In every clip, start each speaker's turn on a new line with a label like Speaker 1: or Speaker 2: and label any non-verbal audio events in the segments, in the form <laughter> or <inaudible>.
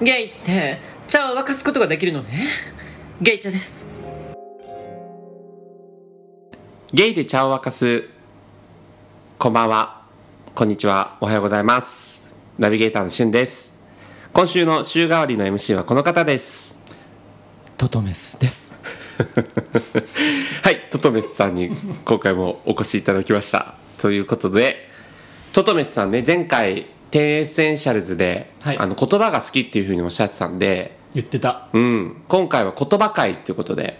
Speaker 1: ゲイって茶を沸かすことができるのねゲイ茶です
Speaker 2: ゲイで茶を沸かすこんばんはこんにちはおはようございますナビゲーターのしゅんです今週の週替わりの MC はこの方です
Speaker 3: トトメスです
Speaker 2: <laughs> はいトトメスさんに今回もお越しいただきましたということでトトメスさんね前回テンエッセンシャルズで、
Speaker 3: はい
Speaker 2: あの言葉が好きっていうふうにおっしゃってたんで
Speaker 3: 言ってた
Speaker 2: うん、今回は言葉会っていうことで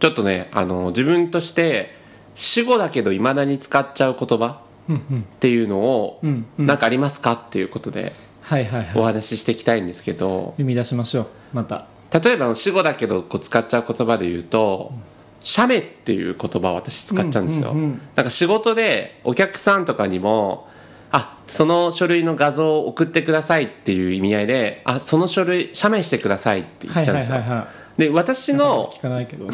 Speaker 2: ちょっとねあの自分として死語だけどいまだに使っちゃう言葉っていうのを
Speaker 3: うんうん
Speaker 2: なんかありますかっていうことで
Speaker 3: はいはい
Speaker 2: お
Speaker 3: はい
Speaker 2: 話ししていきたいんですけど
Speaker 3: 生み出しましょうまた
Speaker 2: 例えばあの死語だけどこう使っちゃう言葉で言うと「写メ」っていう言葉を私使っちゃうんですよ。
Speaker 3: うんうんうん
Speaker 2: なんか仕事でお客さんとかにもあその書類の画像を送ってくださいっていう意味合いであその書類写メしてくださいって言
Speaker 3: は
Speaker 2: っ
Speaker 3: い
Speaker 2: ちゃうん
Speaker 3: は
Speaker 2: で
Speaker 3: い
Speaker 2: すよ。
Speaker 3: はいは
Speaker 2: で私の
Speaker 3: い聞かないけど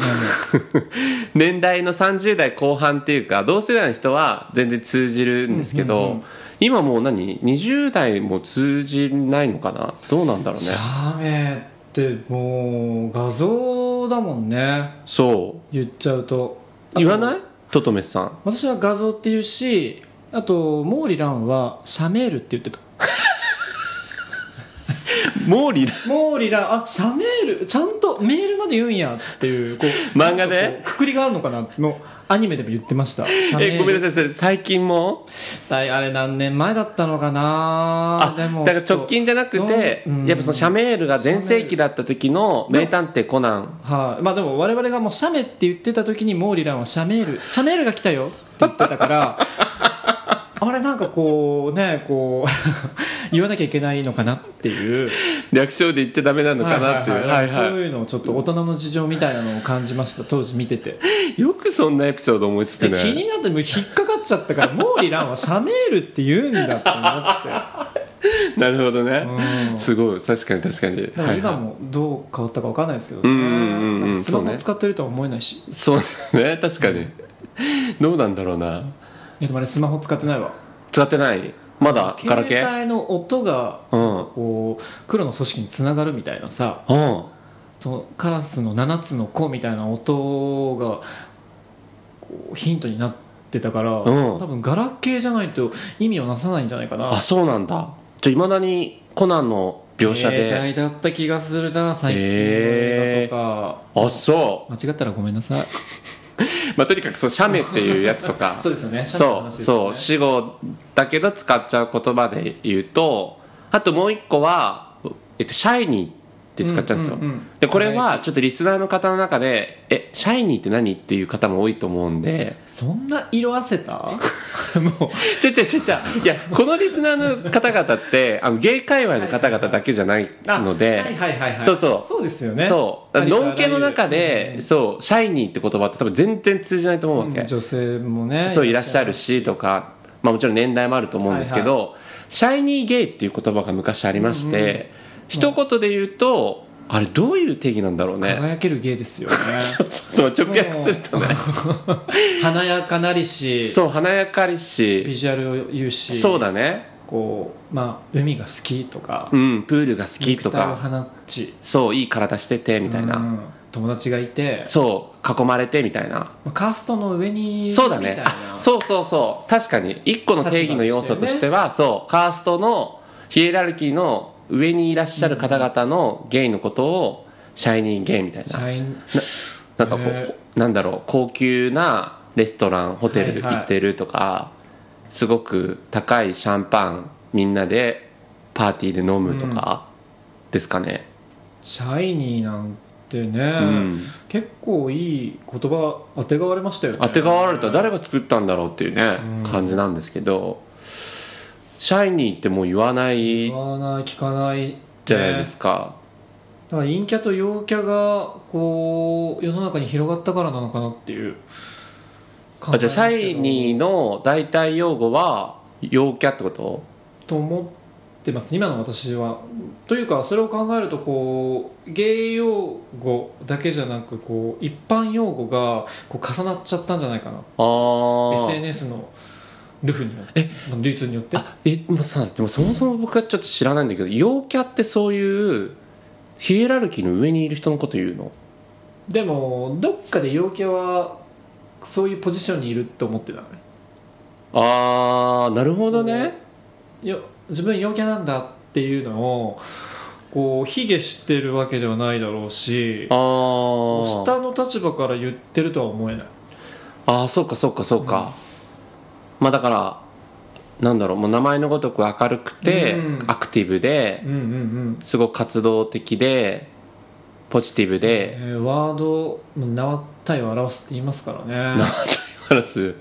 Speaker 2: 年代の30代後半っていうか同世代の人は全然通じるんですけど、今もう何20代も通じないのかなどうなんだろうね
Speaker 3: シャメってもう画像だもんね
Speaker 2: そ
Speaker 3: 言っちゃうと
Speaker 2: う言わないトトメスさん
Speaker 3: 私は画像って言うしあと毛利蘭はシャメールって言ってた
Speaker 2: モーリー
Speaker 3: 毛利蘭あシャメールちゃんとメールまで言うんやっていうこう
Speaker 2: <laughs> 漫画で
Speaker 3: なんかこうくくりがあるのかなってもうアニメでも言ってましたシャメール
Speaker 2: えごめんなさいそれ最近も
Speaker 3: さいあれ何年前だったのかな
Speaker 2: あだから直近じゃなくてやっぱそのシャメールが全盛期だった時の名探偵コナン
Speaker 3: はい、まあでも我々がもうシャメって言ってた時にモーリランはシャメールシャメールが来たよって言ってたから
Speaker 2: <laughs>
Speaker 3: あれなんかこうねこう <laughs> 言わなきゃいけないのかなっていう
Speaker 2: <laughs> 略称で言っちゃダメなのかなっていう
Speaker 3: は
Speaker 2: はいい
Speaker 3: はいはいそう
Speaker 2: は
Speaker 3: いうのをちょっと大人の事情みたいなのを感じました当時見てて
Speaker 2: いよくそんなエピソード思いつく
Speaker 3: で
Speaker 2: ね
Speaker 3: 気になってもう引っかかっちゃったからモーリランはシャメールって言うんだって思って。
Speaker 2: なるほど
Speaker 3: う
Speaker 2: ね
Speaker 3: ん
Speaker 2: すごい確かに確かに
Speaker 3: だから
Speaker 2: はいは
Speaker 3: 今
Speaker 2: い
Speaker 3: もどう変わったか分かんないですけど
Speaker 2: うんうんうんうん
Speaker 3: ねなんかスマ
Speaker 2: そう
Speaker 3: ホ
Speaker 2: ね
Speaker 3: 使ってるとは思えないしい
Speaker 2: そうだね <laughs> 確かに、どうなんだろうな
Speaker 3: やでもあれスマホ使ってないわ
Speaker 2: 使ってないまだガラケ
Speaker 3: 携
Speaker 2: ー
Speaker 3: 帯の音が
Speaker 2: うんうん
Speaker 3: こう黒の組織につながるみたいなさそのカラスの7つの子みたいな音がこうヒントになってたから、
Speaker 2: ん
Speaker 3: 多分ガラケーじゃないと意味をなさないんじゃないかな
Speaker 2: あそうなんだじゃいまだにコナンの描写
Speaker 3: 携
Speaker 2: で
Speaker 3: 帯だった気がするな最近の映画とか、
Speaker 2: あそう
Speaker 3: 間違ったらごめんなさい
Speaker 2: まあとにかくそう写メっていうやつとか
Speaker 3: <laughs> そうですよねシ
Speaker 2: そう
Speaker 3: ャメの話ですよ
Speaker 2: そう
Speaker 3: ね
Speaker 2: 死語だけど使っちゃう言葉で言うとあともう一個は、えっと、シャイニーって使っちゃうんですよ、
Speaker 3: うんうんうん
Speaker 2: でこれはちょっとリスナーの方の中で「えシャイニーって何?」っていう方も多いと思うんで
Speaker 3: そんな色あ
Speaker 2: <laughs>
Speaker 3: せたもう
Speaker 2: ちょちょちょちょいやこのリスナーの方々ってあのゲイ界隈の方々だけじゃないので、
Speaker 3: はいはいはいはい
Speaker 2: そうそう
Speaker 3: そうですよね
Speaker 2: そうノンケの中
Speaker 3: うん
Speaker 2: で、そうシャイニーって言葉って多分全然通じないと思うわけ、
Speaker 3: 女性もね
Speaker 2: そういらっしゃるしとか、まあ、もちろん年代もあると思うんですけど、シャイニーゲイっていう言葉が昔ありまして、一言で言うとあれどういう定義なんだろうね
Speaker 3: 輝ける芸です
Speaker 2: <laughs>
Speaker 3: よね
Speaker 2: そう直訳するとね
Speaker 3: 華やかなりし
Speaker 2: そう華やかり
Speaker 3: ビ
Speaker 2: し
Speaker 3: ジュアルを言うし
Speaker 2: そうだね
Speaker 3: こうまあ海が好きとか
Speaker 2: うんプールが好きと
Speaker 3: 歌を
Speaker 2: か
Speaker 3: 放ち
Speaker 2: そういい体しててみ
Speaker 3: み
Speaker 2: たいな、
Speaker 3: 友達がいて
Speaker 2: そう囲まれてみたいな
Speaker 3: まあカーストの上にいる
Speaker 2: そうだ
Speaker 3: みた
Speaker 2: ね
Speaker 3: い
Speaker 2: あ
Speaker 3: な
Speaker 2: そうそうそう確かに一個の定義の要素としてはそうカーストのヒエラルキーの上にいらっしゃる方々のゲイのことをシャイニーゲイみたい
Speaker 3: シ
Speaker 2: な
Speaker 3: ャイン
Speaker 2: なんかこう、
Speaker 3: へえ
Speaker 2: なんだろう高級なレストランホテル
Speaker 3: はいはい
Speaker 2: 行ってるとか、すごく高いシャンパンみんなでパーティーで飲むとかですかね、
Speaker 3: シャイニーなんてね、
Speaker 2: ん
Speaker 3: 結構いい言葉当てがわれましたよね
Speaker 2: 当てがわれた誰が作ったんだろうっていうね、感じなんですけどシャイニーってもう言わない
Speaker 3: 言わない聞かない
Speaker 2: じゃないで
Speaker 3: ね
Speaker 2: すか、
Speaker 3: だから陰キャと陽キャがこう世の中に広がったからなのかなっていう
Speaker 2: あじゃあシャイニーの代替用語は陽キャってこと
Speaker 3: ーと思ってます今の私はというかそれを考えるとこう芸用語だけじゃなくこう一般用語がこう重なっちゃったんじゃないかな
Speaker 2: ああ
Speaker 3: SNS のルフによって
Speaker 2: え
Speaker 3: まあ流通によって
Speaker 2: あえまあ、そうなんですでもそもそも僕はちょっと知らないんだけど陽キャってそういうヒエラルキーの上にいる人のこと言うの
Speaker 3: でもどっかで陽キャはそういうポジションにいると思ってたのね
Speaker 2: あーなるほどね
Speaker 3: よ自分陽キャなんだっていうのをこう卑下してるわけではないだろうし
Speaker 2: あ
Speaker 3: 下
Speaker 2: ー
Speaker 3: の立場から言ってるとは思えない
Speaker 2: あーそうかそうかそうか、まあだからなんだろうもう名前のごとく明るくて、
Speaker 3: うん
Speaker 2: アクティブで
Speaker 3: うんうんうん
Speaker 2: すごく活動的でポジティブ
Speaker 3: え
Speaker 2: で、
Speaker 3: ーワード縄体を表すって言いますからね
Speaker 2: なんて言われす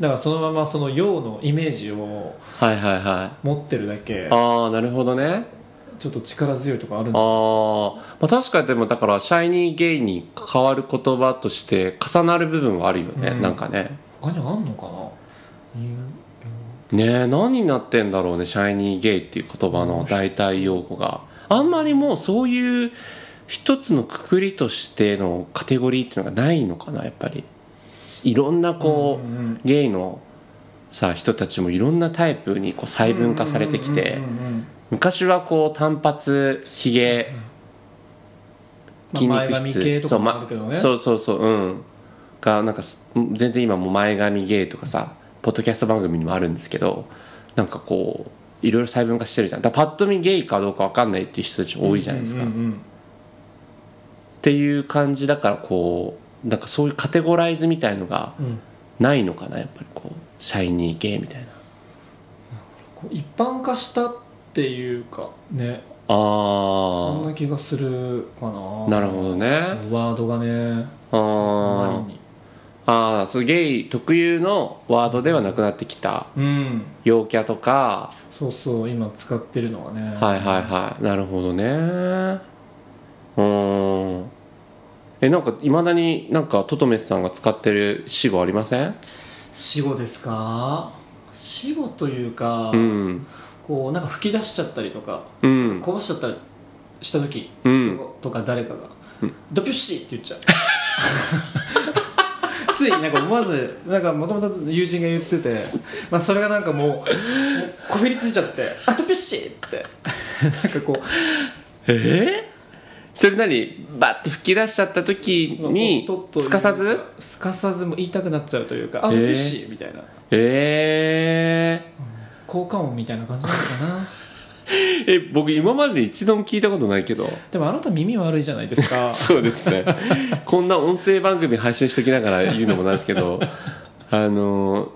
Speaker 3: だからそのままその陽のイメージを
Speaker 2: はいはいはい
Speaker 3: 持ってるだけ
Speaker 2: ああなるほどね
Speaker 3: ちょっと力強いとかあるん
Speaker 2: あ
Speaker 3: だ
Speaker 2: ー、まあ確かにでもだからシャイニーゲイに変わる言葉として重なる部分はあるよね、
Speaker 3: うん
Speaker 2: なんかね
Speaker 3: 他にあんのかな
Speaker 2: ねえ何になってんだろうねシャイニーゲイっていう言葉の代替用語があんまりもうそういう一つのくくりとしてのカテゴリーっていうのがないのかなやっぱりいろんなこう、
Speaker 3: うんうん
Speaker 2: ゲイのさ人たちもいろんなタイプにこう細分化されてきて、
Speaker 3: うんうんうんうん
Speaker 2: 昔はこう短髪ひげ、筋
Speaker 3: まあ
Speaker 2: 肉質、
Speaker 3: 前髪系とかもあるけどね
Speaker 2: そうまそうそうそううんがなんかす全然今もう前髪ゲイとかさポッドキャスト番組にもあるんですけどなんかこういろいろ細分化してるじゃんだからパッと見ゲイかどうかわかんないっていう人たち多いじゃないですか、
Speaker 3: うんうんうん
Speaker 2: っていう感じだからこうなんかそういうカテゴライズみたいのが
Speaker 3: うんうん
Speaker 2: ないのかなやっぱりこうシャイニーゲイみたいな
Speaker 3: こう一般化したっていうかねそん
Speaker 2: あ
Speaker 3: な気がするかな
Speaker 2: あなるほどね
Speaker 3: ワードがね
Speaker 2: あ
Speaker 3: あ
Speaker 2: ー
Speaker 3: まりに
Speaker 2: あーそうゲイ特有のワードではなくなってきた
Speaker 3: うん
Speaker 2: 陽キャとか
Speaker 3: そうそう今使ってるのはね
Speaker 2: はいはいはいなるほどねうーんえなんかいまだになんかトトメスさんが使ってる死語ありません
Speaker 3: 死後ですか死後というか、
Speaker 2: うん
Speaker 3: こうなんか吹き出しちゃったりとか
Speaker 2: うん
Speaker 3: こぼしちゃったりした時、
Speaker 2: うん
Speaker 3: 人とか誰かが「ドピュッシー!」って言っちゃうついなんか思わずなんかもともと友人が言ってて、まあ、それがなんかもうもうこびりついちゃって「あドピュッシー!」ってなんかこ
Speaker 2: えそれ何バッて吹き出しちゃった時
Speaker 3: う
Speaker 2: に
Speaker 3: とっという
Speaker 2: すかさず
Speaker 3: すかさずもう言いたくなっちゃうというか「あ
Speaker 2: え
Speaker 3: ド
Speaker 2: ー
Speaker 3: ピュッシー!」みたいな
Speaker 2: え
Speaker 3: 効果音みたいな感じなのかな
Speaker 2: ー、え僕今まで一度も聞いたことないけど
Speaker 3: でもあなた耳悪いじゃないですか
Speaker 2: そうです
Speaker 3: <laughs>
Speaker 2: ねこんな音声番組配信してきながら言うのもなんですけどあの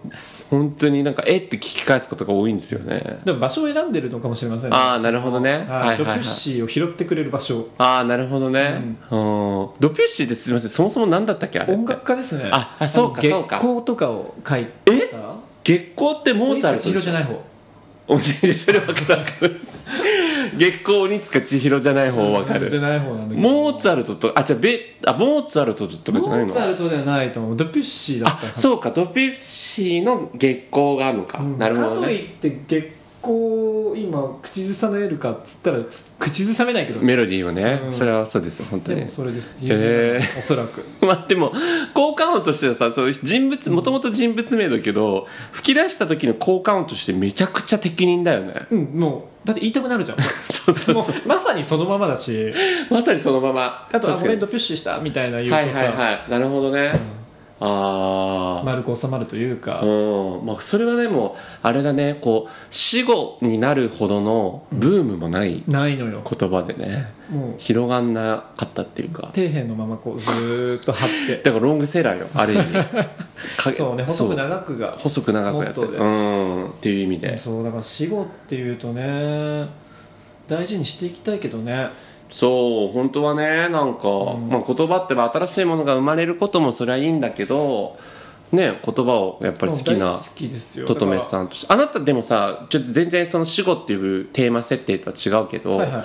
Speaker 2: 本当になんかえって聞き返すことが多いんですよね
Speaker 3: でも場所を選んでるのかもしれませんね
Speaker 2: ああなるほどねはい
Speaker 3: はい
Speaker 2: はい
Speaker 3: ドピ
Speaker 2: は
Speaker 3: ュ
Speaker 2: い
Speaker 3: ッシーを拾ってくれる場所
Speaker 2: ああなるほどね、うんドピュッシーってすみませんそもそも何だったっけあれっ
Speaker 3: 音
Speaker 2: て
Speaker 3: 楽家ですね
Speaker 2: ああそうか
Speaker 3: の
Speaker 2: そうか
Speaker 3: 月光とかを書いてえ
Speaker 2: 月光ってモーツァルト
Speaker 3: 千尋じゃ
Speaker 2: ない
Speaker 3: ない方
Speaker 2: おじいそれ分かる月光鬼塚千尋じゃない方分か
Speaker 3: じゃ
Speaker 2: る
Speaker 3: ない方なんだけど
Speaker 2: モーツァルトとあじゃあベあモーツァルトとかじゃない
Speaker 3: モー
Speaker 2: の
Speaker 3: ツァルトではないと思うドピュッシーだった
Speaker 2: あそうかドピュッシーの月光があるのか、
Speaker 3: うん
Speaker 2: なるほど
Speaker 3: かと
Speaker 2: ね
Speaker 3: いって月光今口ずさめるかっつったらつ口ずさめないけど
Speaker 2: メロディーはね、
Speaker 3: うん
Speaker 2: それはそうですよ本当
Speaker 3: で
Speaker 2: に
Speaker 3: もそれです
Speaker 2: へー
Speaker 3: おそらく
Speaker 2: <laughs> まあでも効果音としてはさそう人物もともと人物名だけど吹き出した時の効果音としてめちゃくちゃ適任だよね
Speaker 3: うんもうだって言いたくなるじゃん
Speaker 2: そうそうそ
Speaker 3: も
Speaker 2: う
Speaker 3: うまさにそのままだし
Speaker 2: まさにそのまま
Speaker 3: あと
Speaker 2: 確
Speaker 3: あご
Speaker 2: か
Speaker 3: め
Speaker 2: に
Speaker 3: んドピュッシーしたみたいな言う
Speaker 2: はい
Speaker 3: と
Speaker 2: はい
Speaker 3: さ
Speaker 2: はいなるほどね、ああ
Speaker 3: 丸く収まるというか
Speaker 2: うんまあ、それはでもあれだねこう死後になるほどのブームもない
Speaker 3: ないのよ
Speaker 2: 言葉でね、
Speaker 3: もう
Speaker 2: 広がんなかったっていうか
Speaker 3: 底辺のままこうずーっと張って
Speaker 2: だからロングセラーよある意味
Speaker 3: <laughs>
Speaker 2: か
Speaker 3: そうね細く長くが
Speaker 2: 細く長くやって
Speaker 3: モットーで
Speaker 2: うんっていう意味で
Speaker 3: そうだから死後っていうとね大事にしていきたいけどね
Speaker 2: そう本当はねなんか、まあ、言葉ってば新しいものが生まれることもそれはいいんだけどね言葉をやっぱり好き
Speaker 3: もう
Speaker 2: な
Speaker 3: 大好きですよ
Speaker 2: トトメス
Speaker 3: ん
Speaker 2: さんとしてあなたでもさちょっと全然その死後っていうテーマ設定とは違うけど、
Speaker 3: はいはい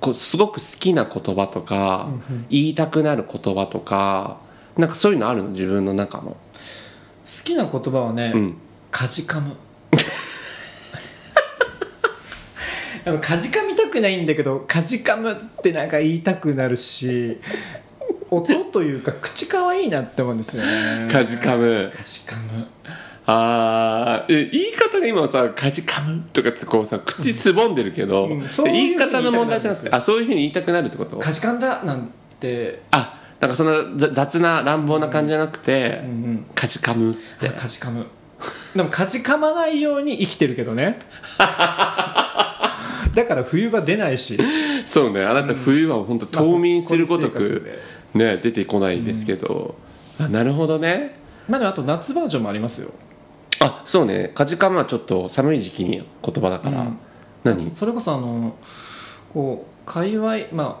Speaker 2: こうすごく好きな言葉とか、
Speaker 3: うんうん
Speaker 2: 言いたくなる言葉とかなんかそういうのあるの自分の中の、
Speaker 3: 好きな言葉はね、
Speaker 2: うん、
Speaker 3: かじかむあのかじかみたくないんだけどかじかむってなんか言いたくなるし音というか口かわいいなって思うんですよね
Speaker 2: かじかむ
Speaker 3: かじかむ
Speaker 2: あーえ言い方が今さ「かじかむ」とかってこうさ口すぼんでるけど、
Speaker 3: うんそういう
Speaker 2: 言い方の問題じゃなくて
Speaker 3: 言いたくなるんですよ
Speaker 2: あそういうふうに言いたくなるってこと
Speaker 3: かじかんだなんて、
Speaker 2: あなんかそんなざ雑な乱暴な感じじゃなくて
Speaker 3: うんうん、
Speaker 2: 「かじかむ」
Speaker 3: あかじかむでもかじかまないように生きてるけ
Speaker 2: <laughs>
Speaker 3: どねだから冬は出ないし
Speaker 2: そうねあなた冬は本当冬眠するごと
Speaker 3: まあこういう生活
Speaker 2: く、ね、出てこないですけど、あなるほどね
Speaker 3: まあでもあと夏バージョンもありますよ
Speaker 2: あそうね「かじかむ」はちょっと寒い時期に言葉だから、
Speaker 3: うん
Speaker 2: 何
Speaker 3: それこそあのこう界隈まあ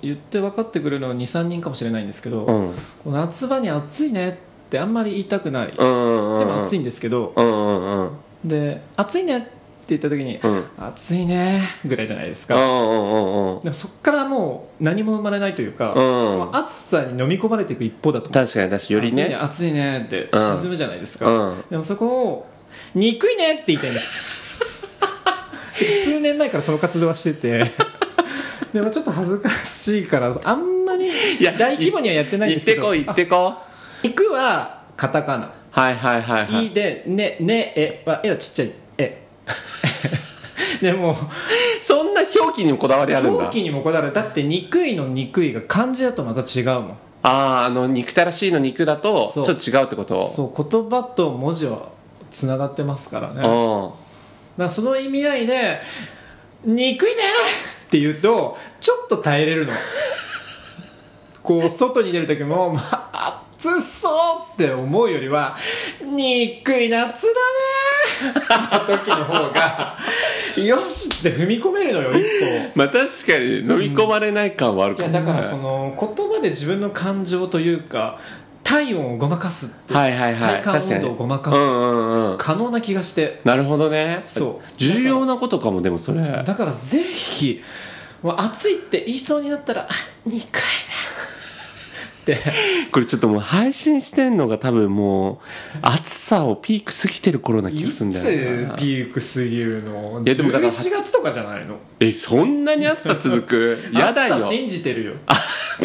Speaker 3: 言って分かってくれるのは23人かもしれないんですけど、
Speaker 2: う
Speaker 3: こ
Speaker 2: ん
Speaker 3: う夏場に暑いねってあんまり言いたくない、
Speaker 2: うんうんうん
Speaker 3: でも暑い
Speaker 2: い
Speaker 3: んですけど
Speaker 2: うんうんうん
Speaker 3: で暑いねって言った時に、
Speaker 2: うん
Speaker 3: 暑いねぐらいじゃないです
Speaker 2: うん
Speaker 3: か
Speaker 2: うんうんうん
Speaker 3: でもそこからもう何も生まれないというか、
Speaker 2: うん
Speaker 3: もう暑さに飲み込まれていく一方だと思う
Speaker 2: 確かに確かによりね
Speaker 3: 暑いね暑いねって
Speaker 2: うん
Speaker 3: 沈むじゃないですか、
Speaker 2: うん
Speaker 3: でもそこを「憎いね」って言いたいんです
Speaker 2: <laughs>
Speaker 3: 数年前からその活動はしてて
Speaker 2: <laughs>
Speaker 3: でもちょっと恥ずかしいからあんまり
Speaker 2: や
Speaker 3: 大規模にはやってない
Speaker 2: 行
Speaker 3: ん
Speaker 2: っ
Speaker 3: ですけ
Speaker 2: て
Speaker 3: ど
Speaker 2: こい行ってこ
Speaker 3: 「行く」はカタカナ
Speaker 2: はいはいはい
Speaker 3: 「
Speaker 2: はい
Speaker 3: い」で「ね」「ね」「え」は「え」はちっちゃい「
Speaker 2: <laughs>
Speaker 3: え」でも
Speaker 2: そんな表記にもこだわりあるんだ
Speaker 3: 表記にもこだわるだって「憎い」の「憎い」が漢字だとまた違うもん
Speaker 2: あああの憎たらしいの肉だとち
Speaker 3: そ
Speaker 2: ょ
Speaker 3: う
Speaker 2: っと違うってこと
Speaker 3: そう言葉と文字はつながってますからね
Speaker 2: う
Speaker 3: だからその意味合いで「憎いね!」って言うとちょっと耐えれ <laughs> るのこう外に出る時も「まあ、暑そう!」って思うよりは「憎い夏だね!」の時の方が「よし!」って踏み込めるのよ一 <laughs> 歩
Speaker 2: んまあ確かに飲み込まれない感はある
Speaker 3: い
Speaker 2: かも
Speaker 3: や
Speaker 2: ね
Speaker 3: だからその言葉で自分の感情というか体温をごまかすっていう
Speaker 2: はいはいはい
Speaker 3: 体感
Speaker 2: 確か
Speaker 3: 温
Speaker 2: に
Speaker 3: 度をごまか
Speaker 2: う
Speaker 3: す
Speaker 2: んうんうん
Speaker 3: 可能な気がして
Speaker 2: なるほどね
Speaker 3: そう
Speaker 2: 重要なことかもでもそれ
Speaker 3: だからぜひもう暑いって言いそうになったら「2回だ」って
Speaker 2: これちょっともう配信してんのが多分もう暑さをピーク過ぎてる頃な気がするんだよな
Speaker 3: ピーク過ぎるの
Speaker 2: いやでもだから
Speaker 3: 11月とかじゃないの
Speaker 2: えそんなに暑さ続くやだよ
Speaker 3: 暑さ信じてるよ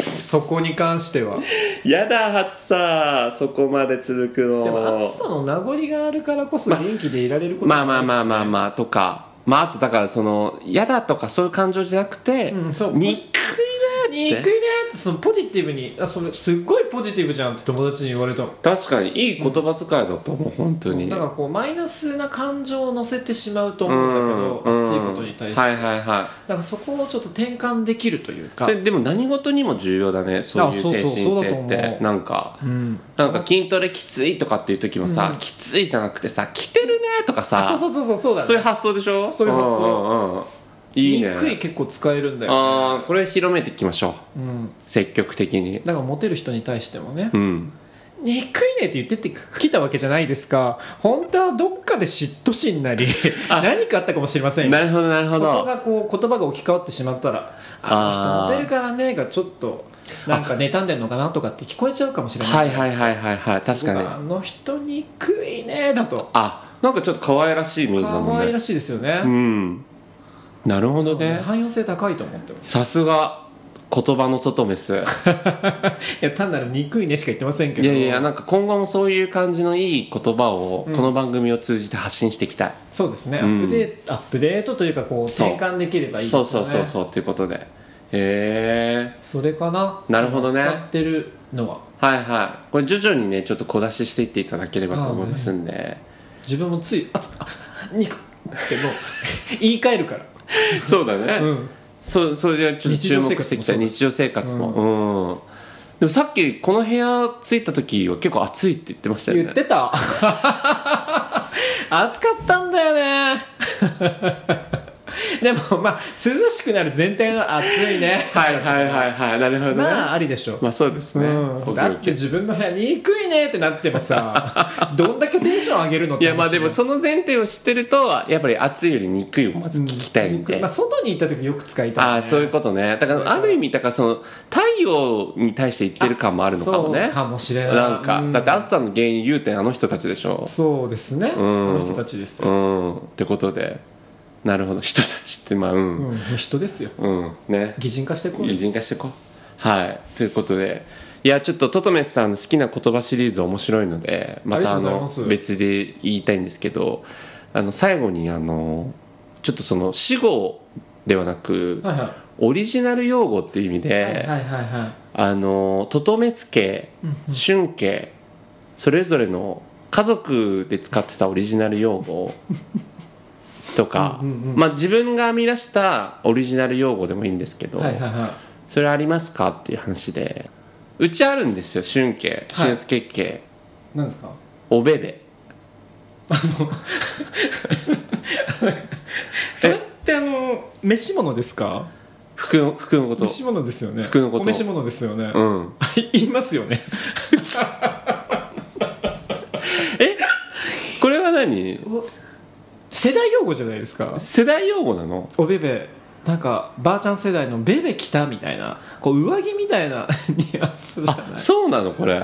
Speaker 3: そこに関しては
Speaker 2: やだ暑さそこまで続くの
Speaker 3: でも暑さの名残があるからこそ元気でいられること
Speaker 2: まあまあまあ
Speaker 3: あ
Speaker 2: まあまあとかまああとだからその嫌だとかそういう感情じゃなくて、
Speaker 3: うんそう
Speaker 2: に
Speaker 3: 憎いねってそのポジティブにあそれすっごいポジティブじゃんって友達に言われたの
Speaker 2: 確かにいい言葉遣いだと思う本当に
Speaker 3: だからこうマイナスな感情を乗せてしまうと思うんだけ
Speaker 2: う
Speaker 3: ど
Speaker 2: ん
Speaker 3: 暑いことに対して、
Speaker 2: はいはいはい
Speaker 3: だからそこをちょっと転換できるというか
Speaker 2: それでも何事にも重要だねそういう
Speaker 3: あそう
Speaker 2: 精
Speaker 3: そう
Speaker 2: 神
Speaker 3: そうだと
Speaker 2: 性
Speaker 3: 思
Speaker 2: っ
Speaker 3: う
Speaker 2: てなんか
Speaker 3: うん
Speaker 2: なんか筋トレきついとかっていう時もさ、
Speaker 3: うん
Speaker 2: きついじゃなくてさ着てるねとか
Speaker 3: あ
Speaker 2: さ
Speaker 3: そうそうそうそうそうだね
Speaker 2: そういう発想でしょ
Speaker 3: そういう発想
Speaker 2: うんうんうんいいね
Speaker 3: 憎い結構使えるんだよ、
Speaker 2: ああこれ広めていきましょう
Speaker 3: うん、
Speaker 2: 積極的に
Speaker 3: だからモテる人に対してもね
Speaker 2: うん
Speaker 3: 「憎いね」って言ってって来たわけじゃないですか本当はどっかで嫉妬
Speaker 2: <laughs>
Speaker 3: 心なり何かあったかもしれませんよ
Speaker 2: なるほどなるほ
Speaker 3: そこ
Speaker 2: ど
Speaker 3: がこう言葉が置き換わってしまったら「
Speaker 2: あー
Speaker 3: あの人モテるからね」がちょっとなんか妬んでんのかなとかって聞こえちゃうかもしれない
Speaker 2: はいはいはいはいはい確か
Speaker 3: 僕
Speaker 2: に
Speaker 3: はあの人憎いねだと
Speaker 2: あなんかちょっと可愛らしいイメージだ
Speaker 3: 可
Speaker 2: もん
Speaker 3: 愛
Speaker 2: ね
Speaker 3: らしいですよね
Speaker 2: うんなるほどね
Speaker 3: 汎用性高いと思ってます
Speaker 2: さすが言葉のトトメス
Speaker 3: いや単なる憎いねしか言ってませんけ
Speaker 2: い
Speaker 3: ど
Speaker 2: やいやなんか今後もそういう感じのいい言葉をこの番組を通じて発信していきたい、
Speaker 3: そうですね、
Speaker 2: うん
Speaker 3: アップデートアップデートというかこう
Speaker 2: そう
Speaker 3: 転換できればいいです
Speaker 2: そ
Speaker 3: よ
Speaker 2: う
Speaker 3: ね
Speaker 2: そうそうそうということでへえ
Speaker 3: それかな
Speaker 2: なるほどね
Speaker 3: 使ってるのは
Speaker 2: はいはいこれ徐々にねちょっと小出ししていっていただければと思いますんで
Speaker 3: 自分もつい「あつあ憎い」ってもう <laughs> 言い換えるから、
Speaker 2: そうだね、
Speaker 3: うん、
Speaker 2: そうそれじゃちょっと
Speaker 3: 日
Speaker 2: 注
Speaker 3: 常
Speaker 2: 目
Speaker 3: 生活も
Speaker 2: していきたい
Speaker 3: そうだ
Speaker 2: 日常生活もうん、でもさっきこの部屋着いた時は結構暑いって言ってましたよね
Speaker 3: 言ってた <laughs> 暑かったんだよね <laughs> でもまあ涼しくなる全体の暑いね
Speaker 2: はいはいはいはいなるほどね
Speaker 3: <laughs> ま
Speaker 2: ま
Speaker 3: あありでしょう、
Speaker 2: あそうですね、
Speaker 3: うん、
Speaker 2: OK
Speaker 3: だって自分の部屋に行くいねってなって
Speaker 2: <laughs>
Speaker 3: もさどんだけテンション上げるのっ
Speaker 2: い
Speaker 3: て
Speaker 2: やまあでも
Speaker 3: 話
Speaker 2: その前提を知ってるとやっぱり暑いより憎いをまず聞きたいんで、
Speaker 3: まあ、外に行った時よく使いたい、
Speaker 2: ああそういうことねだからある意味だからその太陽に対して言ってる感もあるのかもね
Speaker 3: そうかもしれない
Speaker 2: なんか、
Speaker 3: うん
Speaker 2: だって暑さの原因言うてあの人たちでしょ
Speaker 3: そうですね、
Speaker 2: ん
Speaker 3: この人たちです
Speaker 2: う
Speaker 3: よ、
Speaker 2: んってことでなるほど人たちってまあうん、
Speaker 3: うん人ですよ
Speaker 2: うんね
Speaker 3: 擬人化してこう
Speaker 2: 擬人化していこうはいということでいやちょっとトトメスさんの好きな言葉シリーズ面白いのでまた
Speaker 3: あ
Speaker 2: あ
Speaker 3: りがとうござい
Speaker 2: の
Speaker 3: ます
Speaker 2: 別で言いたいんですけどあの最後にあのちょっとその死後ではなく
Speaker 3: はいは
Speaker 2: オリジナル用語っていう意味
Speaker 3: いはい
Speaker 2: で
Speaker 3: はいはいはい
Speaker 2: あのトトメス家春家それぞれの家族で使ってたオリジナル用
Speaker 3: <laughs>
Speaker 2: 語とか
Speaker 3: うんうんうん
Speaker 2: まあ自分が編み出したオリジナル用語でもいいんですけど、
Speaker 3: はいはいはい
Speaker 2: それありますかっていう話でうちあるんですよ春家
Speaker 3: はい
Speaker 2: 俊介家、
Speaker 3: 何ですか
Speaker 2: おべべ
Speaker 3: それってあの飯物ですか
Speaker 2: 服服のこと
Speaker 3: 飯物ですよね
Speaker 2: 服のこと
Speaker 3: お召し物ですよね、
Speaker 2: うん
Speaker 3: <laughs> 言いますよ
Speaker 2: <laughs>
Speaker 3: ね <laughs>
Speaker 2: これは何
Speaker 3: 世代用語じゃないですか
Speaker 2: 世代用語なの
Speaker 3: おべべなんかばあちゃん世代のべべ着たみたいなこう上着みたいな <laughs> ニュアンスじゃない
Speaker 2: そうなのこれ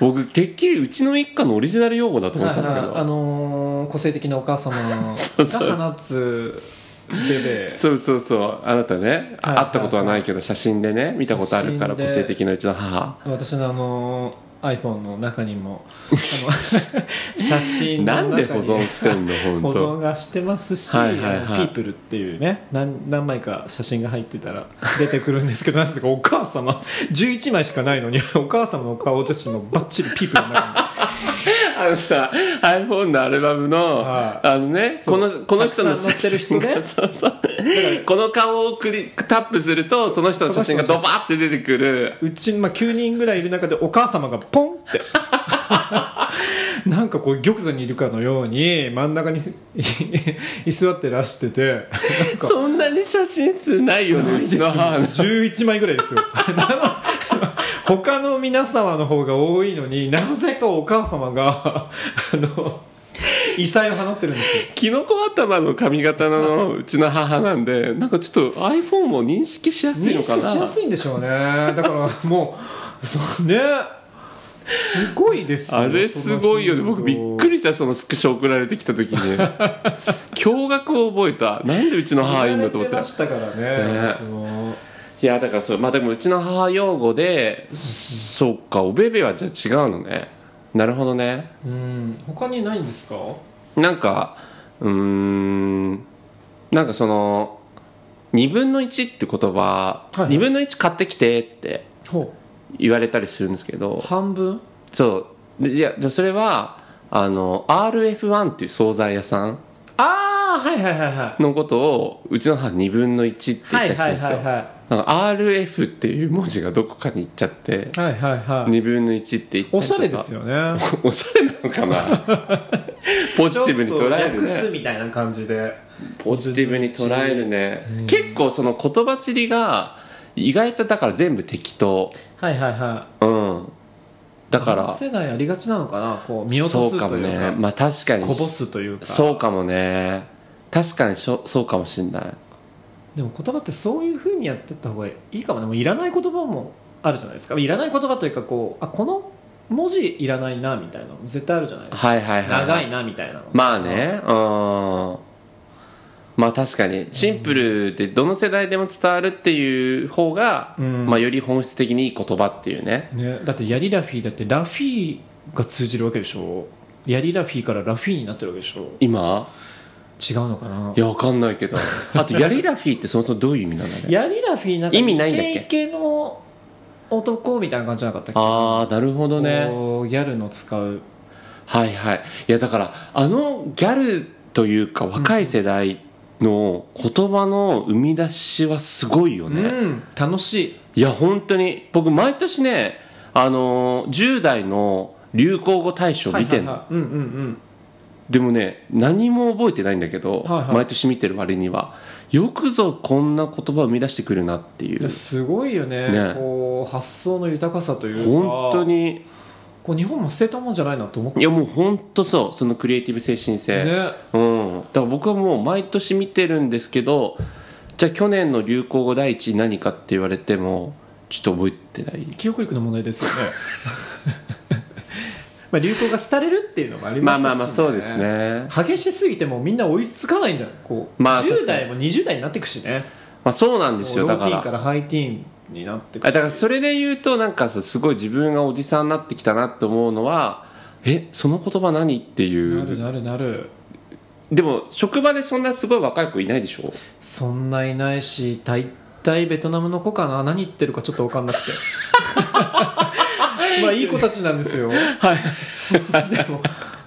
Speaker 2: 僕てっきりうちの一家のオリジナル用語だと思ってたんだけ
Speaker 3: あ
Speaker 2: ど
Speaker 3: のー個性的なお母様
Speaker 2: そうそう
Speaker 3: が放つべべ
Speaker 2: そうそうそうあなたね、
Speaker 3: はい
Speaker 2: 会ったことはないけど写真でね見たことあるから
Speaker 3: 写真で
Speaker 2: 個性的なうちの母
Speaker 3: 私のあのー iPhone の中
Speaker 2: <laughs>
Speaker 3: にもあの写真の
Speaker 2: な
Speaker 3: 中
Speaker 2: ん
Speaker 3: に
Speaker 2: で保存してんの
Speaker 3: 保
Speaker 2: 本
Speaker 3: 存
Speaker 2: 当
Speaker 3: がしてますし、
Speaker 2: はいはいはい
Speaker 3: あのピープルっていうね何何枚か写真が入ってたら出てくるんですけどなんですかお母様11枚しかないのにお母様の顔写真もバッチリピープルの中に
Speaker 2: あのさ iPhone のアルバムの、
Speaker 3: は
Speaker 2: あのねこのこの人の写真が
Speaker 3: <laughs> たく
Speaker 2: そうそうこの顔をクリックタップするとその人の写真がドバーって出てくる
Speaker 3: うち、まあ、9人ぐらいいる中でお母様がポンって
Speaker 2: <laughs>
Speaker 3: なんかこう玉座にいるかのように真ん中にす <laughs> 居座ってらしててなんか
Speaker 2: そんなに写真数ないよねうちの母の
Speaker 3: 11枚ぐらいですよ <laughs> なの他の皆様の方が多いのになぜかお母様が <laughs> あの異彩を放ってるんですよ
Speaker 2: キノコ頭の髪型のうちの母なんでなんかちょっと iPhone も認識しやすいの
Speaker 3: 認
Speaker 2: か
Speaker 3: 識
Speaker 2: な
Speaker 3: しやすいんでしょうねだからもうそうねすごいですよ
Speaker 2: あれすごいよね
Speaker 3: その
Speaker 2: 僕
Speaker 3: 頻
Speaker 2: び
Speaker 3: 度
Speaker 2: っくりしたそのスクショ送られてきた
Speaker 3: <laughs>
Speaker 2: 時に驚愕を覚えたなんでうちの母いんだと思っ
Speaker 3: 言われてま
Speaker 2: て
Speaker 3: したからね
Speaker 2: ね
Speaker 3: 私も
Speaker 2: いやだからそうまあでもうちの母用語でそっかおべべはじゃあ違うのねなるほどね
Speaker 3: うん他にないんですか
Speaker 2: なんかうーんなんかその2分の1って言葉、
Speaker 3: いはい
Speaker 2: 2分の1買ってきてって
Speaker 3: ほ
Speaker 2: 言われたりするんですけど
Speaker 3: 半分
Speaker 2: そうでいやでもそれはあの RF1 っていう惣菜屋さん
Speaker 3: ああはいはいはいは
Speaker 2: のことをうちの母2分の1って
Speaker 3: い
Speaker 2: 言
Speaker 3: は
Speaker 2: っ
Speaker 3: い
Speaker 2: たりす
Speaker 3: は
Speaker 2: るんで
Speaker 3: い
Speaker 2: すよ、
Speaker 3: は
Speaker 2: なんか RF っていう文字がどこかに行っちゃって
Speaker 3: いはいはいはい
Speaker 2: 2分の1って言ったりとか
Speaker 3: おしゃれですよね
Speaker 2: おしゃれなのかな
Speaker 3: <laughs>
Speaker 2: ポジティブに捉えるね
Speaker 3: ちょっと訳すみたいな感じで
Speaker 2: ポジティブに捉えるね、結構その言葉ちりが意外とだから全部適当
Speaker 3: はいはいはい
Speaker 2: うんだか
Speaker 3: この
Speaker 2: ら
Speaker 3: 世代ありがちなのかなこう見落
Speaker 2: そ
Speaker 3: と
Speaker 2: う
Speaker 3: す
Speaker 2: か
Speaker 3: と
Speaker 2: も
Speaker 3: いう
Speaker 2: ね
Speaker 3: か
Speaker 2: まあ確か
Speaker 3: こ
Speaker 2: に
Speaker 3: ぼすというか
Speaker 2: そうかもね確かにしょそうかもしんない
Speaker 3: でも言葉ってそういうふうにやってった方がいいかもねもういらない言葉もあるじゃないですかいらない言葉というかこうあこの文字いらないなみたいなの絶対あるじゃないですか
Speaker 2: はいはいはい、はい、
Speaker 3: 長いなみたいなの
Speaker 2: まあねうんまあ確かにシンプルでどの世代でも伝わるっていう方が、
Speaker 3: うん
Speaker 2: まあ、より本質的にいい言葉っていうね
Speaker 3: ね、だってヤリラフィーだってラフィーが通じるわけでしょヤリラフィーからラフィーになってるわけでしょ
Speaker 2: 今
Speaker 3: 違うのかない
Speaker 2: やわかんない
Speaker 3: <laughs>
Speaker 2: けどあとヤリラフィーってそもそもどういう意味なんだね
Speaker 3: ヤリラフィーなんか
Speaker 2: 意味ないんだっけ
Speaker 3: イケイケの男みたいな感じじゃなかったっけ
Speaker 2: ああなるほどね
Speaker 3: こうギャルの使う
Speaker 2: はいはいいやだからあのギャルというか若い世代の言葉の生み出しはすごいよね、
Speaker 3: うん楽しい
Speaker 2: いや本当に僕毎年ねあのー10代の流行語大賞見てんの、
Speaker 3: はいはいはいうんうん
Speaker 2: でもね何も覚えてないんだけど、
Speaker 3: はいはい
Speaker 2: 毎年見てる割にはよくぞこんな言葉を生み出してくるなってい
Speaker 3: うんいうやすごいよね
Speaker 2: ね
Speaker 3: こう発想の豊かさというか
Speaker 2: 本当に
Speaker 3: こう日本も捨てたもんじゃないなと思って
Speaker 2: いやもう本当そうそのクリエイティブ精神性、
Speaker 3: ね
Speaker 2: うん、だから僕はもう毎年見てるんですけどじゃあ去年の流行語第一位何かって言われてもちょっと覚えてない
Speaker 3: 記憶力の問題ですよ
Speaker 2: <laughs>
Speaker 3: ねまあ流行が廃れるっていうのもありま
Speaker 2: ますあまあ
Speaker 3: し、
Speaker 2: まあそうですね、
Speaker 3: 激しすぎてもうみんな追いつかないんじゃないこう、
Speaker 2: まあ
Speaker 3: 10
Speaker 2: 確かに
Speaker 3: 代も20代になっていくしね
Speaker 2: まあ、そうなんですよ
Speaker 3: もう
Speaker 2: だか
Speaker 3: ローティーン
Speaker 2: ら
Speaker 3: からハイティーンになってく
Speaker 2: あだから
Speaker 3: し
Speaker 2: それで言うとなんかさすごい自分がおじさんになってきたなって思うのはえその言葉何って
Speaker 3: なる
Speaker 2: いう
Speaker 3: なるなる
Speaker 2: でも職場でそんなすごい若い子いないでしょ
Speaker 3: そんないないし大体ベトナムの子かな何言ってるかちょっと分かんなく
Speaker 2: <laughs>
Speaker 3: てまあいい子たちなんですよはい <laughs> でも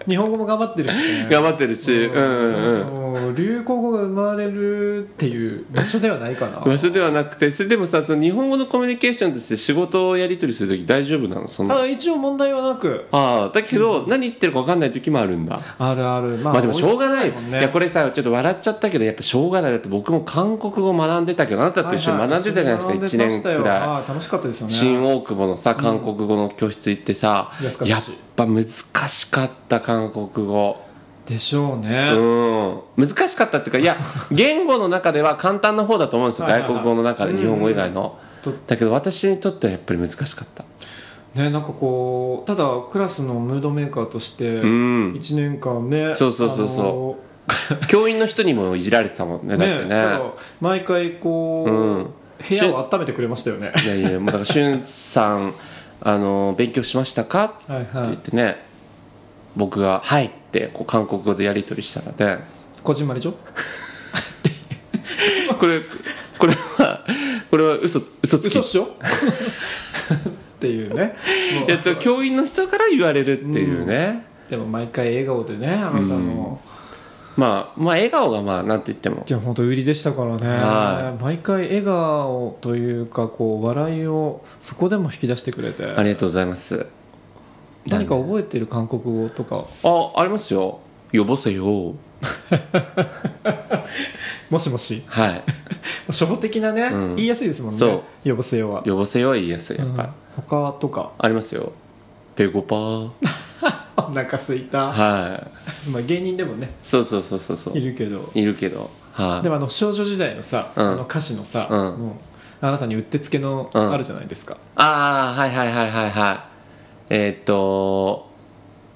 Speaker 3: 日本語も頑張ってるし、ね、
Speaker 2: 頑張ってるしうんうん
Speaker 3: その流行語が生まれるっていう場所ではないかな
Speaker 2: 場所ではなくてそれでもさその日本語のコミュニケーションとして仕事をやり取りする時大丈夫なのそんな
Speaker 3: あ一応問題はなく
Speaker 2: ああだけど何言ってるか分かんない時もあるんだ
Speaker 3: あるあるま
Speaker 2: まあでもしょうがない,、
Speaker 3: 追つかもん
Speaker 2: い
Speaker 3: ね
Speaker 2: やこれさちょっと笑っちゃったけどやっぱしょうがないだって僕も韓国語学んでたけどあなたと一緒に学んでたじゃないですか、
Speaker 3: はは
Speaker 2: 1年くらい
Speaker 3: ああ楽しかったですよね
Speaker 2: 新大久保のさ韓国語の教室行ってさ、
Speaker 3: 安かっ
Speaker 2: や
Speaker 3: た
Speaker 2: っ
Speaker 3: し
Speaker 2: ぱ難しかった韓国語
Speaker 3: でしょうね、
Speaker 2: うん難しかったっていうかい
Speaker 3: <laughs>
Speaker 2: や言語の中では簡単な方だと思うんですよ
Speaker 3: はいはい
Speaker 2: 外
Speaker 3: はい
Speaker 2: 国語の中で日本語以外の
Speaker 3: と
Speaker 2: だけど私にとってはやっぱり難しかった
Speaker 3: ねなんかこうただクラスのムードメーカーとして
Speaker 2: うん
Speaker 3: 1年間ね
Speaker 2: そうそうそうそう教員の人にもいじられてたもん
Speaker 3: あ
Speaker 2: ねだ
Speaker 3: のー
Speaker 2: って
Speaker 3: ね
Speaker 2: ね
Speaker 3: ただ毎回こう、
Speaker 2: うん
Speaker 3: 部屋を温めてくれましたよね
Speaker 2: いやいやもうだからしゅんさんあの勉強しましたかって
Speaker 3: はいは
Speaker 2: 言っ
Speaker 3: い
Speaker 2: てね僕が「はい」ってこう韓国語でやり取りしたらね
Speaker 3: こじんまりちょ
Speaker 2: これこれはこれは嘘嘘つき
Speaker 3: 嘘っしょ <laughs> っていうねもう
Speaker 2: いやそう教員の人から言われるっていうね、
Speaker 3: でも毎回笑顔でねあなたの、
Speaker 2: まあまあ笑顔がまあなんと言っても
Speaker 3: じゃあ本当売りでしたからね、
Speaker 2: は
Speaker 3: 毎回笑顔というかこう笑いをそこでも引き出してくれて
Speaker 2: <laughs> ありがとうございます
Speaker 3: 何か覚えてる韓国語とか
Speaker 2: あありますよよぼせよ
Speaker 3: もしもし
Speaker 2: はい
Speaker 3: 初歩的なね、
Speaker 2: うん
Speaker 3: 言いやすいですもんね
Speaker 2: そ
Speaker 3: 呼ばせようは
Speaker 2: よぼせよは言いやすいやっぱり、
Speaker 3: うん他とか <laughs>
Speaker 2: ありますよペゴパー
Speaker 3: お腹すいた、
Speaker 2: <laughs> はい
Speaker 3: まあ、芸人でもね
Speaker 2: そうそうそうそうそう
Speaker 3: いるけど
Speaker 2: いるけどはい、
Speaker 3: でもあの少女時代のさ、
Speaker 2: うん
Speaker 3: あの歌詞のさ、
Speaker 2: うん
Speaker 3: もうあなたにうってつけの
Speaker 2: うん
Speaker 3: あるじゃないですか、
Speaker 2: ああはいはいはいはいはいえーっと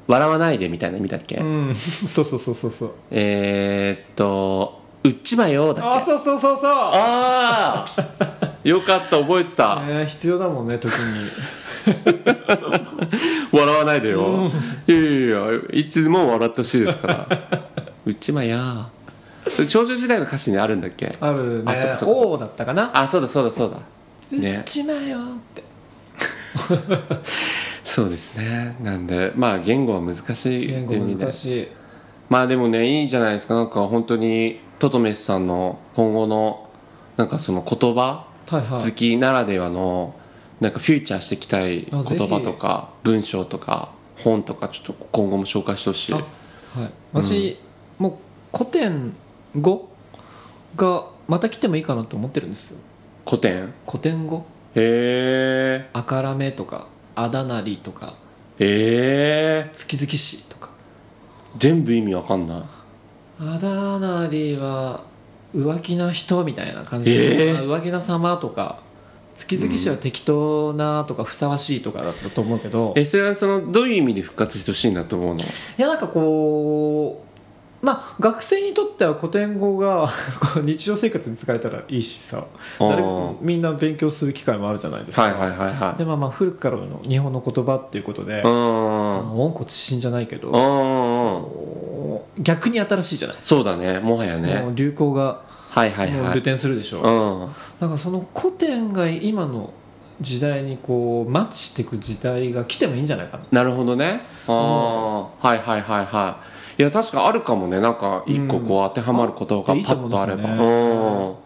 Speaker 2: 笑わないでみたいな見たっけ、
Speaker 3: うん、 <laughs> そうそうそうそうそう
Speaker 2: えーっとうっちまよだっけ
Speaker 3: あそうそうそうそう
Speaker 2: あ
Speaker 3: <laughs>
Speaker 2: あよかった覚えてた、
Speaker 3: ねえ必要だもんね時に
Speaker 2: 笑わないでよ、いやいやいやいつも笑ってほしいですから
Speaker 3: <laughs>
Speaker 2: うっちまやそれ少女時代の歌詞にあるんだっけ
Speaker 3: ある
Speaker 2: <laughs>
Speaker 3: ね
Speaker 2: あそうかそうか
Speaker 3: おおだったかな
Speaker 2: あそうだそうだそうだ
Speaker 3: うっ
Speaker 2: ね
Speaker 3: ちまよって
Speaker 2: そうですねなんでまあ言語は難しい
Speaker 3: 言
Speaker 2: って
Speaker 3: 語
Speaker 2: いう意味で
Speaker 3: 難しい
Speaker 2: まあでもねいいじゃないですかなんか本当にトトメスさんの今後のなんかその言葉
Speaker 3: はいは
Speaker 2: 好
Speaker 3: い
Speaker 2: きならではのなんかフューチャーしていきたい言
Speaker 3: あぜひ
Speaker 2: 葉とか文章とか本とかちょっと今後も紹介してほしい
Speaker 3: あはい、私、もう古典語がまた来てもいいかなと思ってるんですよ
Speaker 2: 古典
Speaker 3: 古典語
Speaker 2: へえ
Speaker 3: あからめとかあだなりとか
Speaker 2: ええ
Speaker 3: 月々しとか
Speaker 2: 全部意味わかんない
Speaker 3: あだなりは浮気な人みたいな感じで、
Speaker 2: えー
Speaker 3: まあ浮気な様とか月々しは適当なとかふさわしいとかだったと思うけど、い
Speaker 2: えそれはそのどういう意味で復活してほしいんだと思うの
Speaker 3: やなんかこうまあ学生にとっては古典語が <laughs> こう日常生活に使えたらいいしさ誰
Speaker 2: あー
Speaker 3: みんな勉強する機会もあるじゃないですか、
Speaker 2: はいはいはいは
Speaker 3: でまあまあ古くからの日本の言葉っていうことで
Speaker 2: いうん
Speaker 3: まあ温故知新じゃないけ
Speaker 2: う
Speaker 3: ど
Speaker 2: んうん
Speaker 3: 逆に新しいじゃない、
Speaker 2: そうだねもはや
Speaker 3: も
Speaker 2: ね
Speaker 3: う流行が
Speaker 2: はいはい
Speaker 3: もう
Speaker 2: は
Speaker 3: 流
Speaker 2: い
Speaker 3: 転するでしょ、
Speaker 2: うん
Speaker 3: だからその古典が今の時代にこうマッチしていく時代が来てもいいんじゃないかな
Speaker 2: なるほどねああはいはいはいはいいや確かあるかもねなんか一個こう当てはまることが
Speaker 3: うん
Speaker 2: パッとあれば
Speaker 3: いいと思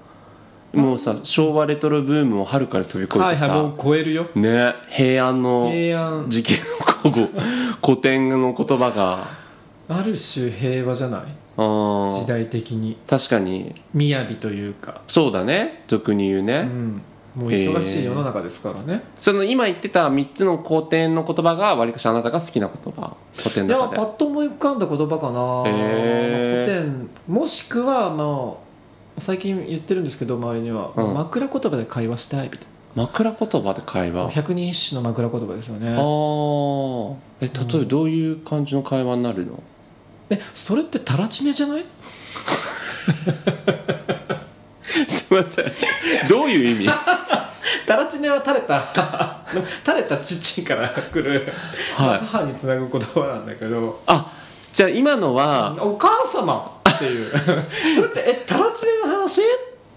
Speaker 2: うんもうさ昭和レトロブームをはるかに飛び越えてさ、
Speaker 3: もう超えるよ
Speaker 2: ね平安の
Speaker 3: 平安
Speaker 2: 時期の古語古典の言葉が
Speaker 3: ある種平和じゃない
Speaker 2: うん
Speaker 3: 時代的に
Speaker 2: 確かに
Speaker 3: 雅というか、
Speaker 2: そうだね俗に言うね、
Speaker 3: うん、もう忙しい世の中ですからね、
Speaker 2: その今言ってた3つの古典の言葉がわりかしあなたが好きな言葉古典
Speaker 3: い
Speaker 2: の
Speaker 3: や
Speaker 2: 中で
Speaker 3: パッと思い浮かんだ言葉かな、
Speaker 2: へー
Speaker 3: 古典もしくはまあ最近言ってるんですけど周りには、
Speaker 2: うん
Speaker 3: 枕言葉で会話したいみたい
Speaker 2: 枕言葉で会
Speaker 3: な
Speaker 2: 話
Speaker 3: 百人一首の枕言葉ですよね
Speaker 2: あーえ例えばどういう感じの会話になる <laughs> の、
Speaker 3: えそれってタラチネじ
Speaker 2: <laughs>
Speaker 3: ゃない
Speaker 2: すいませんどういう意味
Speaker 3: タラチネは垂れた <laughs> 垂れたちっちから来る、
Speaker 2: はい
Speaker 3: 母につなぐ言葉なんだけど
Speaker 2: あじゃあ今のは
Speaker 3: お母様っ
Speaker 2: <laughs>
Speaker 3: ていうそれってえタラチネの話っ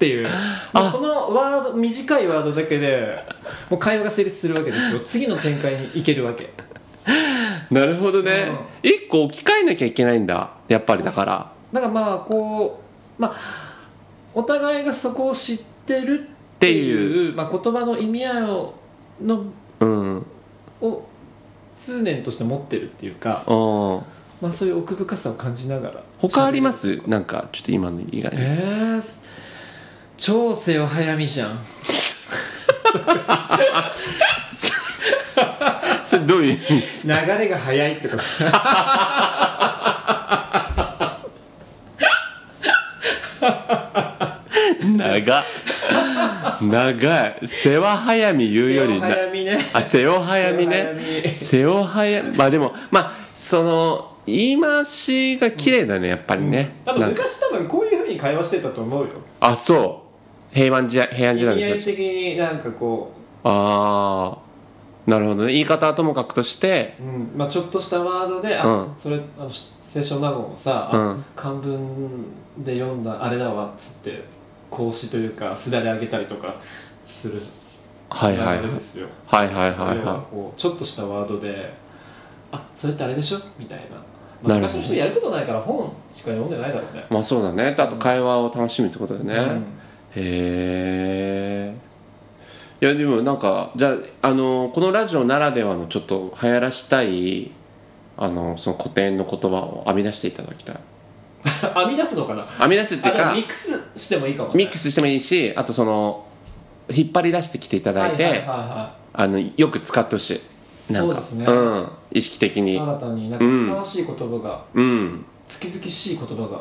Speaker 3: ていうもうそのワード短いワードだけでもう会話が成立するわけですよ次の展開に行けるわけ
Speaker 2: なるほどね一個置き換えなきゃいけないんだやっぱりだから
Speaker 3: だからまあこうまあお互いがそこを知ってるってて
Speaker 2: い
Speaker 3: いうまあ、言葉の意味合いをの
Speaker 2: うん
Speaker 3: を通念として持ってるっていうか、
Speaker 2: うん
Speaker 3: まあ、そういう奥深さを感じながら
Speaker 2: 他ありますなんかちょっと今の以外に
Speaker 3: えー、超世は早見じゃん
Speaker 2: それどういう意味
Speaker 3: 流れが早いってこと
Speaker 2: 長い長い世話早み言うより
Speaker 3: 世話早みね
Speaker 2: あ世話早みね世話早みまあでもまあその言い回しが綺麗だねやっぱりね、
Speaker 3: 多分
Speaker 2: なんか
Speaker 3: 昔多分こういうふうに会話してたと思うよ
Speaker 2: あそう平安時代平安時
Speaker 3: 意
Speaker 2: 代の
Speaker 3: 味
Speaker 2: 人
Speaker 3: 合
Speaker 2: た
Speaker 3: い
Speaker 2: ち
Speaker 3: 的になんかこ
Speaker 2: ああなるほどね言い方はともかくとして
Speaker 3: う、うんまあ、ちょっとしたワードで、あ
Speaker 2: うん
Speaker 3: それあの聖書納言をさ、あ
Speaker 2: うん
Speaker 3: 漢文で読んだあれだわっつって孔子というかすだれ上げたりとかする
Speaker 2: はいはい
Speaker 3: あれですよ、
Speaker 2: はいはいはい
Speaker 3: 要は
Speaker 2: は
Speaker 3: こうちょっとしたワードで「あそれってあれでしょ?」みたいな、ま
Speaker 2: な
Speaker 3: あ、
Speaker 2: るほど
Speaker 3: 昔の人やることないから本しか読んでないだろうね
Speaker 2: いまあそうだねあと会話を楽しむってことだよね、
Speaker 3: うん
Speaker 2: へえいやでもなんかじゃああのこのラジオならではのちょっと流行らしたいあのその古典の言葉を編み出していただきたい
Speaker 3: 編み出すのかな
Speaker 2: 編み出すって
Speaker 3: あ
Speaker 2: いう
Speaker 3: でも
Speaker 2: か
Speaker 3: ミックスしてもいいかも、ね、
Speaker 2: ミックスしてもいいしあとその引っ張り出してきていただいて、
Speaker 3: はいはいはいは
Speaker 2: あのよく使ってほしいなんか
Speaker 3: そうですね
Speaker 2: ん、意識的
Speaker 3: い、
Speaker 2: に
Speaker 3: 新たになんかふさわしい言葉が、
Speaker 2: うん
Speaker 3: 月々しい言葉が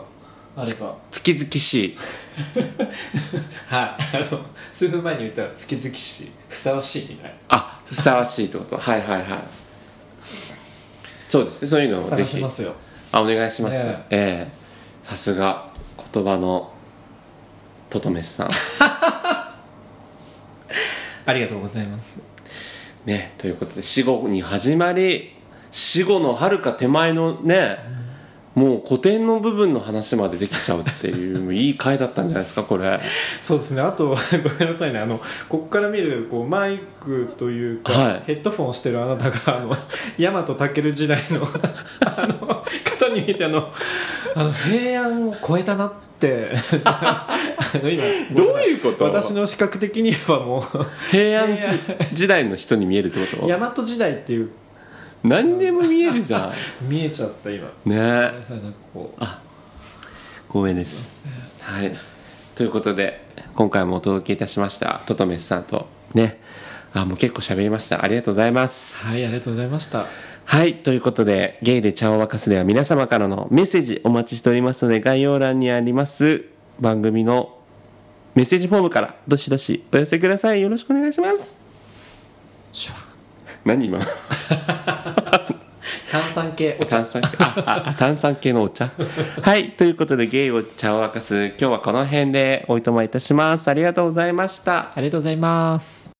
Speaker 3: あれ
Speaker 2: <laughs>
Speaker 3: ば
Speaker 2: 月々しい
Speaker 3: はいあの数分前に言ったら月々しいふさわしいみたい
Speaker 2: あふさわしいってことはいはいはいそうですねそういうのを
Speaker 3: な
Speaker 2: ぜ
Speaker 3: 探し
Speaker 2: ひ
Speaker 3: ますよ
Speaker 2: あお願いします
Speaker 3: ね
Speaker 2: ええさすが言葉のトトメスさん
Speaker 3: ありがとうございます
Speaker 2: ねということで死後に始まり死後のはるか手前のねもう古典の部分の話までできちゃうって <laughs> いうもういい回だったんじゃないですかこれ
Speaker 3: そうですねあと <laughs> ごめんなさいねあのここから見るこうマイクというか、
Speaker 2: はい
Speaker 3: ヘッドフォンをしてるあなたがあの大和武時代のあの方に見てあのあの平安を超えたなってあの今
Speaker 2: どういうこと
Speaker 3: 私の視覚的にはもう
Speaker 2: 平安時時代の人に見えるってこと
Speaker 3: 大和時代っていう
Speaker 2: 何でも見えるじゃ
Speaker 3: 見えちゃった今
Speaker 2: んね
Speaker 3: ごめんなさいなんかこう
Speaker 2: 光栄ですはいということで今回もお届けいたしましたトトメスさんとねあもう結構喋りましたありがとうございます
Speaker 3: はいありがとうございました
Speaker 2: はい。ということで、ゲイで茶を沸かすでは皆様からのメッセージお待ちしておりますので、概要欄にあります番組のメッセージフォームからどしどしお寄せください。よろしくお願いします。
Speaker 3: シュワ
Speaker 2: 何今
Speaker 3: 炭酸系お茶
Speaker 2: 炭酸 <laughs> 系ああ炭酸系のお茶。はい。ということで、ゲイを茶を沸かす、今日はこの辺でおいとまいたします。ありがとうございました。
Speaker 3: ありがとうございます